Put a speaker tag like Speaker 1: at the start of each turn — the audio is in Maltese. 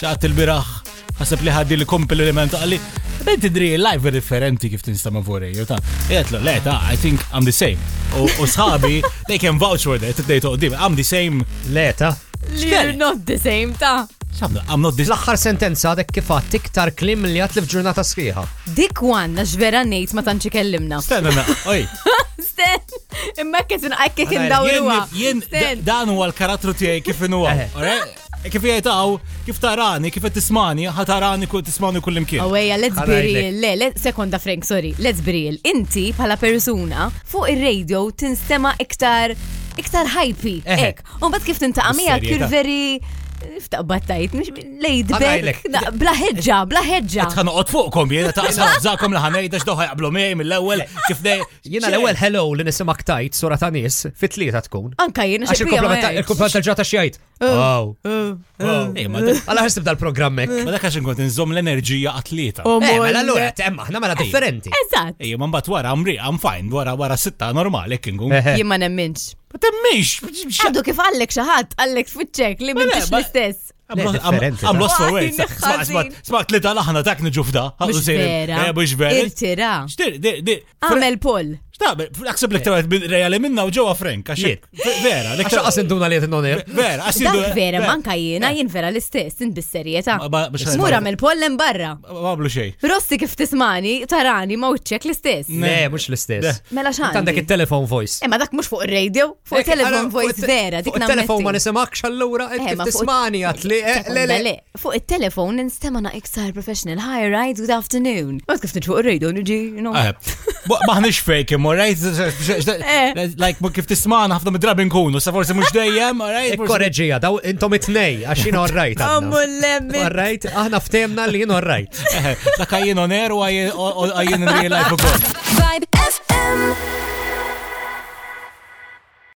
Speaker 1: xaqt il-biraħ, ħaseb li ħaddi li kompliment għalli. Ben tidri live differenti kif tinsta ma' vorej, ta' jgħetlu, le, ta' I think I'm the same. U sħabi, they can vouch for that, they told them, I'm the same.
Speaker 2: Leta.
Speaker 1: X'kien?
Speaker 3: You're not the same ta'
Speaker 1: Xabda, I'm not this.
Speaker 2: L-axħar sentenza għadek kifat tiktar klim li għatlif ġurnata sħiħa.
Speaker 3: dik wanna x'vera ngħid ma tantx ikellimna.
Speaker 1: Stenna, na, oj.
Speaker 3: Sten, imma kif inqakkek indawruha.
Speaker 1: Jien- jien-
Speaker 3: Sten,
Speaker 1: dan huwa l-karattru tiegħi kif inhuwa.
Speaker 2: Eħe.
Speaker 1: alright? E Kif jgħetaw, kif tarani, kif qed tismani, ħatarani kull tismani kull imkien.
Speaker 3: Awejja, let's
Speaker 2: Ħana
Speaker 3: be
Speaker 2: jgħidlek.
Speaker 3: real. Le, le, sekonda Frank, sorry. Let's be real. Inti bħala persuna fuq ir-radio tinstema iktar iktar hypy.
Speaker 2: Eħe.
Speaker 3: Ek. Un bat kif tintaqa' miegħek you're
Speaker 1: Is-serjetà.
Speaker 3: very Ftaqbattajt, mux laid
Speaker 2: Ħana
Speaker 3: back.
Speaker 2: jgħidlek.
Speaker 3: da- Bla ħeġġa, bla ħeġġa.
Speaker 1: Tħan uqot fuqkom jiena ta' sabżakom li ħanejda x'doħħa jaqblu miej mill-ewwel kif dej.
Speaker 2: Jena l-ewel hello li nisimak tajt sura ta' nis fit-tlieta tkun.
Speaker 3: Anka jien
Speaker 2: Għax il-komplement tal-ġata xjajt. Wow.
Speaker 1: Ej, ma dak-
Speaker 2: Għalla ħarsib dal-programmek.
Speaker 1: ma dak għax inkont inżomm l-enerġija atleta.
Speaker 2: Eh, mela l-għura, temma, ħna mela differenti.
Speaker 3: Eżatt,
Speaker 1: Ej, ma mbagħad wara mri, I'm fine, wara wara sitta normali kien gum.
Speaker 2: Eħe.
Speaker 3: jien ma nemminx.
Speaker 1: Ma temmix. bx-
Speaker 3: Għadu kif għallek xaħat, għallek fuċċek li mintix
Speaker 1: ma-
Speaker 3: l-istess.
Speaker 1: I'm lost- I'm-
Speaker 2: Ah, differenti, eh.
Speaker 1: I'm
Speaker 2: ta'.
Speaker 1: lost for
Speaker 3: Wah,
Speaker 1: words.
Speaker 3: jien
Speaker 1: Sma- sma-
Speaker 3: ħażin.
Speaker 1: Sma' tlita laħna dak niġufda.
Speaker 3: Mux vera. Ah,
Speaker 1: Mux Eh, vera.
Speaker 3: Irtira.
Speaker 1: Xtir, di- di-
Speaker 3: Għamel poll.
Speaker 1: Xtaqbe, naħseb li ktabat rejali minna u ġewa Frank, għax
Speaker 2: Jien.
Speaker 1: vera, li
Speaker 2: Għaxa
Speaker 1: ktabat
Speaker 2: għas induna li jtnonir.
Speaker 1: vera, għax
Speaker 3: Dak vera, manka jiena, jien vera l-istess, int bis-serjeta.
Speaker 1: eh, Ma- ma- biex-
Speaker 3: Smur għamel poll hemm barra.
Speaker 1: Bablu xej.
Speaker 3: Rossi kif tismani, tarani ma uċċek l-istess.
Speaker 1: Mm.
Speaker 2: Ne, mux l-istess.
Speaker 3: Mela xandi.
Speaker 2: Għandek il-telefon voice. إيه،
Speaker 3: Imma dak mux fuq ir-radio,
Speaker 1: Eh,
Speaker 3: fuq il-telefon أه، voice vera, dik
Speaker 2: Il-telefon ma
Speaker 3: nammetti.
Speaker 2: nisimakx allura,
Speaker 3: Eh, ma
Speaker 2: kif
Speaker 3: fuq-
Speaker 2: tismani għatli.
Speaker 3: Sekonda, le, fuq il-telefon nistemana iktar professional. Hi, right, good afternoon. Ma kif nġi fuq ir-radio, nġi, you know.
Speaker 1: Maħnix Eh, fake, imma, right?
Speaker 3: Eh.
Speaker 1: Like, ma kif tisman, ħafna midrabi nkunu, sa forse mux dejjem, all
Speaker 2: Eh,
Speaker 1: right? Forse-
Speaker 2: Korreġija, daw intom it-nej, għaxin orrajt.
Speaker 3: Ammu lemmi.
Speaker 2: Orrajt, aħna ftemna li jien orrajt.
Speaker 1: Eh, Dak għajjen on air u għajjen in real life u kol.
Speaker 4: Vibe